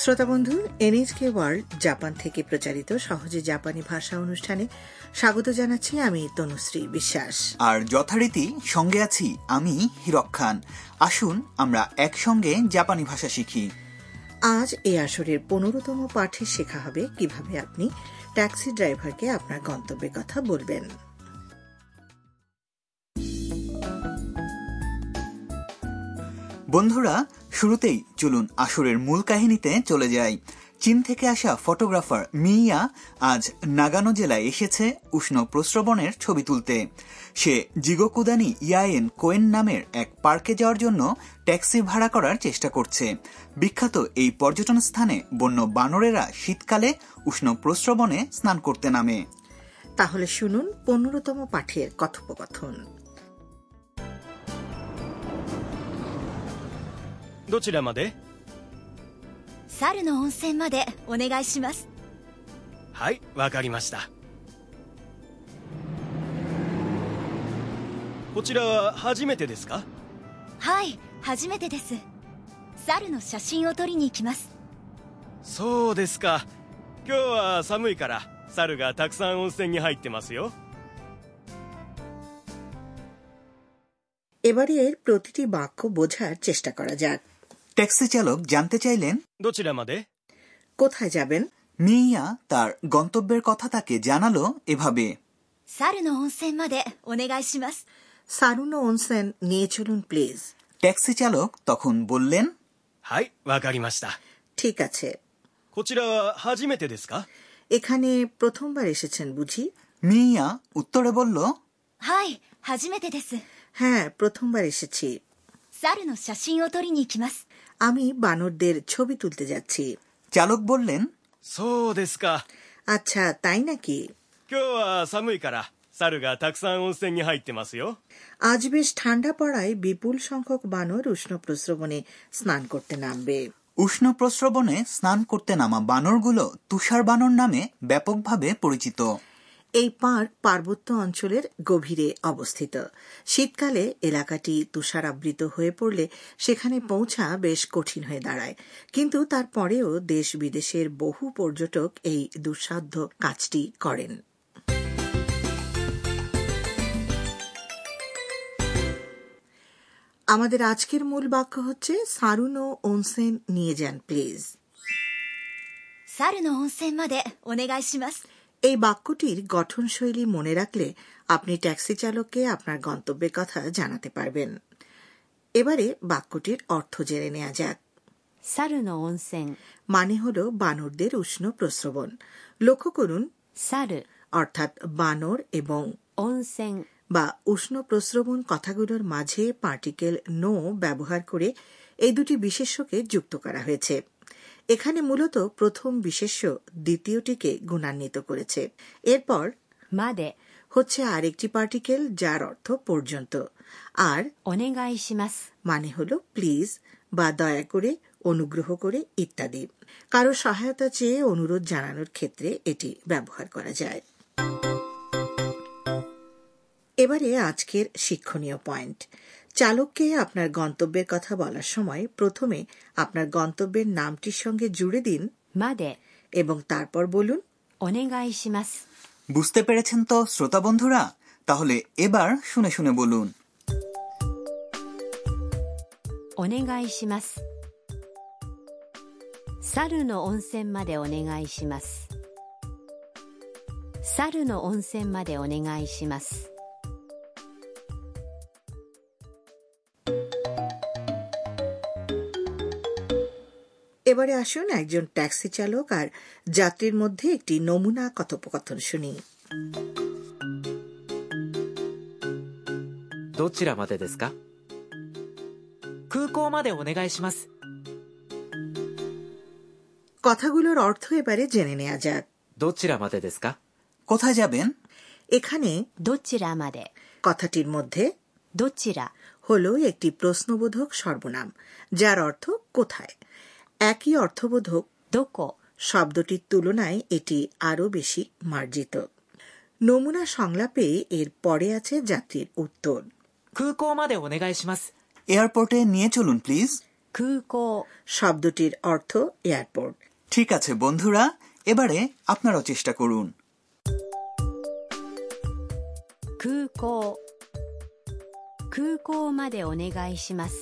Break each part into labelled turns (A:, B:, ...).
A: শ্রোতাবন্ধু NHK world Japan থেকে প্রচারিত সহজে জাপানি ভাষা অনুষ্ঠানে স্বাগত জানাচ্ছি আমি তনুশ্রী বিশ্বাস
B: আর যথারীতি সঙ্গে আছি আমি হিরক খান আসুন আমরা একসঙ্গে জাপানি ভাষা শিখি
A: আজ এই আসরের পনেরোতম পাঠে শেখা হবে কিভাবে আপনি ট্যাক্সি ড্রাইভারকে আপনার গন্তব্যের কথা বলবেন
B: বন্ধুরা শুরুতেই চলুন আসরের মূল কাহিনীতে চলে যাই চীন থেকে আসা ফটোগ্রাফার মিয়া আজ নাগানো জেলায় এসেছে উষ্ণ প্রস্রবণের ছবি তুলতে সে জিগোকুদানি ইয়ায়েন কোয়েন নামের এক পার্কে যাওয়ার জন্য ট্যাক্সি ভাড়া করার চেষ্টা করছে বিখ্যাত এই পর্যটন স্থানে বন্য বানরেরা শীতকালে উষ্ণ প্রস্রবণে স্নান করতে নামে
A: তাহলে শুনুন পনেরোতম পাঠের কথোপকথন
C: どちらまで
D: 猿の温泉までお願いします
C: はいわかりましたこちらは初めてですか
D: はい初めてです猿の写真を撮りに行きます
C: そうですか今日は寒いから猿がたくさん温泉に入ってますよ
A: এবারে এর প্রতিটি বাক্য বোঝার চেষ্টা করা যাক
B: ট্যাক্সি চালক জানতে চাইলেন
C: どちらまで
A: কোথায় যাবেন
B: মিয়া তার গন্তব্যের কথা তাকে জানালো এভাবে
D: 猿の温泉までお願いします
A: সারুনো ওনসেন নিয়ে চলুন প্লিজ
B: ট্যাক্সি চালক তখন বললেন
C: はいわかりました
A: ঠিক আছে
C: こちらは初めてですか
A: এখানে প্রথমবার এসেছেন বুঝি
B: মিয়া উত্তরে বলল
D: はい初めてです
A: হ্যাঁ প্রথমবার এসেছি
D: 猿の写真を撮りに行きます
A: আমি বানরদের ছবি তুলতে যাচ্ছি
B: চালক বললেন
C: そうですか
A: আচ্ছা তাই নাকি
C: 今日は寒いから猿がたくさん温泉に入ってますよ
A: আজ বেশ ঠান্ডা পড়ায় বিপুল সংখ্যক বানর উষ্ণ প্রস্রবণে স্নান করতে নামবে
B: উষ্ণ প্রস্রবণে স্নান করতে নামা বানরগুলো তুষার বানর নামে ব্যাপকভাবে পরিচিত
A: এই পার্ক পার্বত্য অঞ্চলের গভীরে অবস্থিত শীতকালে এলাকাটি তুষারাবৃত হয়ে পড়লে সেখানে পৌঁছা বেশ কঠিন হয়ে দাঁড়ায় কিন্তু তারপরেও দেশ বিদেশের বহু পর্যটক এই দুঃসাধ্য কাজটি করেন আমাদের আজকের মূল বাক্য হচ্ছে সারুনো ওনসেন নিয়ে যান প্লিজ
D: 猿の温泉までお願いします
A: এই বাক্যটির গঠনশৈলী মনে রাখলে আপনি ট্যাক্সি চালককে আপনার গন্তব্যের কথা জানাতে পারবেন এবারে বাক্যটির অর্থ জেনে নেওয়া যাক
D: 猿の温泉
A: মানে হল বানরদের উষ্ণ প্রস্রবণ লক্ষ্য করুন
D: 猿
A: অর্থাৎ বানর এবং
D: 温泉
A: বা উষ্ণ প্রস্রবণ কথাগুলোর মাঝে পার্টিকেল নো ব্যবহার করে এই দুটি বিশেষ্যকে যুক্ত করা হয়েছে এখানে মূলত প্রথম বিশেষ্য দ্বিতীয়টিকে গুণান্বিত করেছে এরপর
D: まで
A: হচ্ছে আরেকটি পার্টিকেল যার অর্থ পর্যন্ত আর
D: お願いします
A: মানে হল প্লিজ বা দয়া করে অনুগ্রহ করে ইত্যাদি কারো সহায়তা চেয়ে অনুরোধ জানানোর ক্ষেত্রে এটি ব্যবহার করা যায় এবারে আজকের শিক্ষণীয় পয়েন্ট চালককে আপনার গন্তব্যের কথা বলার সময় প্রথমে আপনার গন্তব্যের নামটির সঙ্গে জুড়ে দিন
D: まで
A: এবং তারপর বলুন
D: お願いします
B: বুঝতে পেরেছেন তো শ্রোতা বন্ধুরা তাহলে এবার শুনে শুনে বলুন
D: お願いします猿の温泉までお願いします猿の温泉までお願いします
A: এবারে আসুন একজন ট্যাক্সি চালক আর যাত্রীর মধ্যে একটি নমুনা কথোপকথন শুনি
E: どちらまでですか空港までお願いします。
A: কথাগুলোর অর্থ এবারে জেনে নেওয়া যাক
E: どちらまでですか
B: কোথায় যাবেন
A: এখানে
D: どちらまで
A: কথাটির মধ্যে
D: どちら
A: হল একটি প্রশ্নবোধক সর্বনাম যার অর্থ কোথায় একই অর্থবোধক
D: どこ
A: শব্দটির তুলনায় এটি আরও বেশি মার্জিত নমুনা সংলাপে এর পরে আছে যাত্রীর উত্তর
E: 空港までお願いします。
B: এয়ারপোর্টে নিয়ে চলুন প্লিজ
F: 空港
A: শব্দটির অর্থ এয়ারপোর্ট
B: ঠিক আছে বন্ধুরা এবারে আপনারাও চেষ্টা করুন
F: 空港
D: 空港までお願いします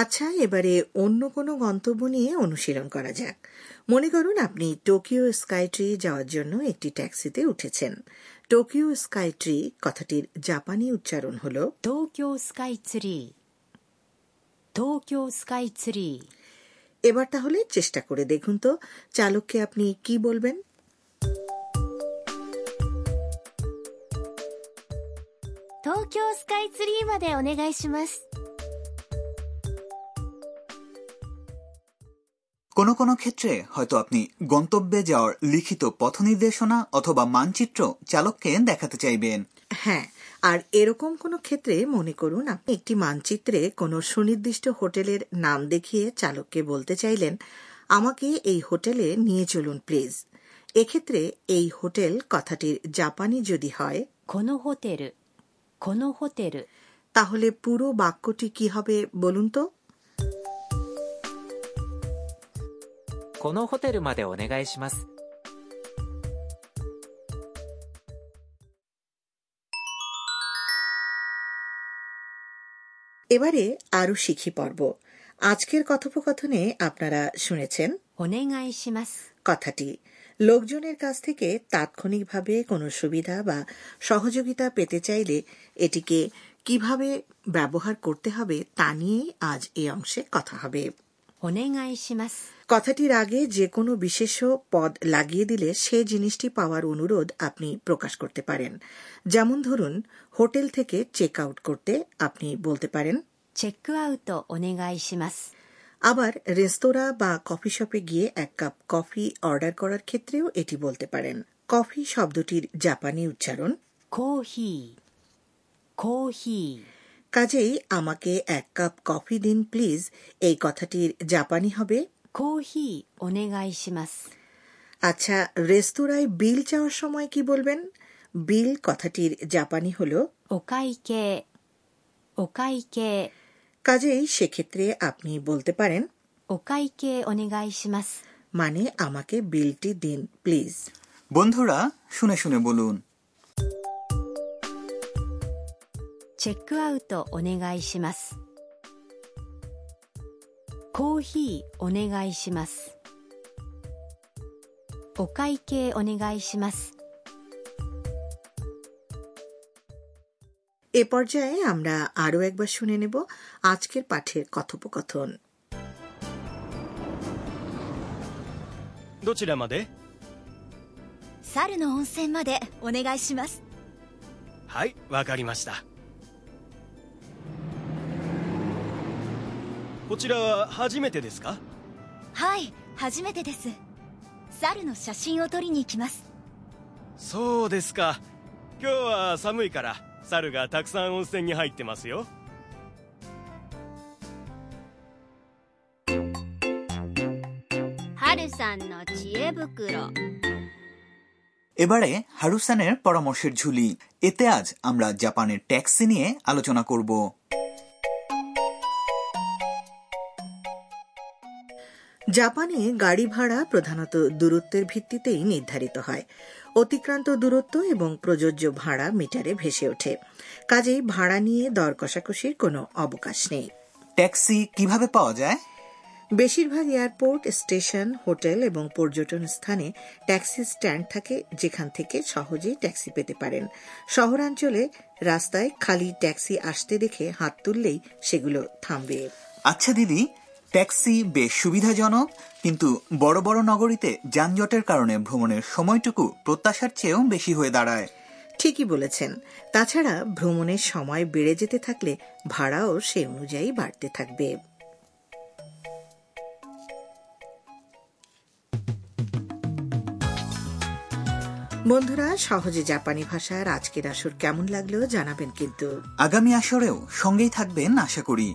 A: আচ্ছা এবারে অন্য কোনো গন্তব্য নিয়ে অনুশীলন করা যাক মনে করুন আপনি টোকিও স্কাই ট্রি যাওয়ার জন্য একটি ট্যাক্সিতে উঠেছেন টোকিও স্কাই ট্রি কথাটির জাপানি উচ্চারণ হল
F: 東京スカイツリー東京スカイツリー
A: এবার তাহলে চেষ্টা করে দেখুন তো চালককে আপনি কি বলবেন
D: 東京スカイツリーまでお願いします。
B: কোনো কোনো ক্ষেত্রে হয়তো আপনি গন্তব্যে যাওয়ার লিখিত পথ নির্দেশনা অথবা মানচিত্র চালককে দেখাতে চাইবেন
A: হ্যাঁ আর এরকম কোনো ক্ষেত্রে মনে করুন আপনি একটি মানচিত্রে কোনো সুনির্দিষ্ট হোটেলের নাম দেখিয়ে চালককে বলতে চাইলেন আমাকে এই হোটেলে নিয়ে চলুন প্লিজ এক্ষেত্রে এই হোটেল কথাটির জাপানি যদি হয়
F: このホテルこのホテル
A: তাহলে পুরো বাক্যটি কি হবে বলুন তো
E: このホテルまでお願いします
A: এবারে আরও শিখি পর্ব আজকের কথোপকথনে আপনারা শুনেছেন
F: お願いします
A: কথাটি লোকজনের কাছ থেকে তাৎক্ষণিকভাবে কোনো সুবিধা বা সহযোগিতা পেতে চাইলে এটিকে কিভাবে ব্যবহার করতে হবে তা নিয়েই আজ এই অংশে কথা হবে
F: お願いします
A: কথাটির আগে যে কোনো বিশেষ পদ লাগিয়ে দিলে সে জিনিসটি পাওয়ার অনুরোধ আপনি প্রকাশ করতে পারেন যেমন ধরুন হোটেল থেকে চেক আউট করতে আপনি বলতে পারেন
F: チェックアウトお願いします。
A: আবার রেস্তোরাঁ বা কফি শপে গিয়ে এক কাপ কফি অর্ডার করার ক্ষেত্রেও এটি বলতে পারেন কফি শব্দটির জাপানি উচ্চারণ
F: コーヒー、コーヒー、
A: কাজেই আমাকে এক কাপ কফি দিন প্লিজ এই কথাটির জাপানি হবে
F: コーヒーお願いします。
A: আচ্ছা রেস্তোরাঁয় বিল চাওয়ার সময় কি বলবেন বিল কথাটির জাপানি হল
F: お会計、お会計、
A: কাজেই সেক্ষেত্রে আপনি বলতে পারেন
F: お会計お願いします。
A: মানে আমাকে বিলটি দিন প্লিজ
B: বন্ধুরা শুনে শুনে বলুন
F: チェックアウトお願いします。コーヒーお願いします。お会計お願いします。
A: এ পর্যায়ে আমরা আরও একবার শুনে নেব আজকের পাঠের কথোপকথন
C: どちらまで
D: 猿の温泉までお願いします。
C: はいわかりましたこちらは初めてですか
D: はい、初めてです。猿の写真を撮りに行きます。
C: そうですか今日は寒いから猿がたくさん温泉に入ってますよ
G: 春さんの知恵袋
B: এবারে হারুসানের পরামর্শের ঝুলি এতে আজ আমরা জাপানের ট্যাক্সি নিয়ে আলোচনা করব
A: জাপানে গাড়ি ভাড়া প্রধানত দূরত্বের ভিত্তিতেই নির্ধারিত হয় অতিক্রান্ত দূরত্ব এবং প্রযোজ্য ভাড়া মিটারে ভেসে ওঠে কাজেই ভাড়া নিয়ে দর কষাকষির কোনো অবকাশ নেই
B: ট্যাক্সি কিভাবে পাওয়া যায়
A: বেশিরভাগ এয়ারপোর্ট স্টেশন হোটেল এবং পর্যটন স্থানে ট্যাক্সি স্ট্যান্ড থাকে যেখান থেকে সহজেই ট্যাক্সি পেতে পারেন শহরাঞ্চলে রাস্তায় খালি ট্যাক্সি আসতে দেখে হাত তুললেই সেগুলো থামবে
B: আচ্ছা দিদি ট্যাক্সি বেশ সুবিধাজনক কিন্তু বড় বড় নগরীতে যানজটের কারণে ভ্রমণের সময়টুকু প্রত্যাশার চেয়েও বেশি হয়ে দাঁড়ায়
A: ঠিকই বলেছেন তাছাড়া ভ্রমণের সময় বেড়ে যেতে থাকলে ভাড়াও সে অনুযায়ী বাড়তে থাকবে বন্ধুরা সহজে জাপানি ভাষার আজকের আসর কেমন লাগলো জানাবেন কিন্তু
B: আগামী আসরেও সঙ্গেই থাকবেন আশা করি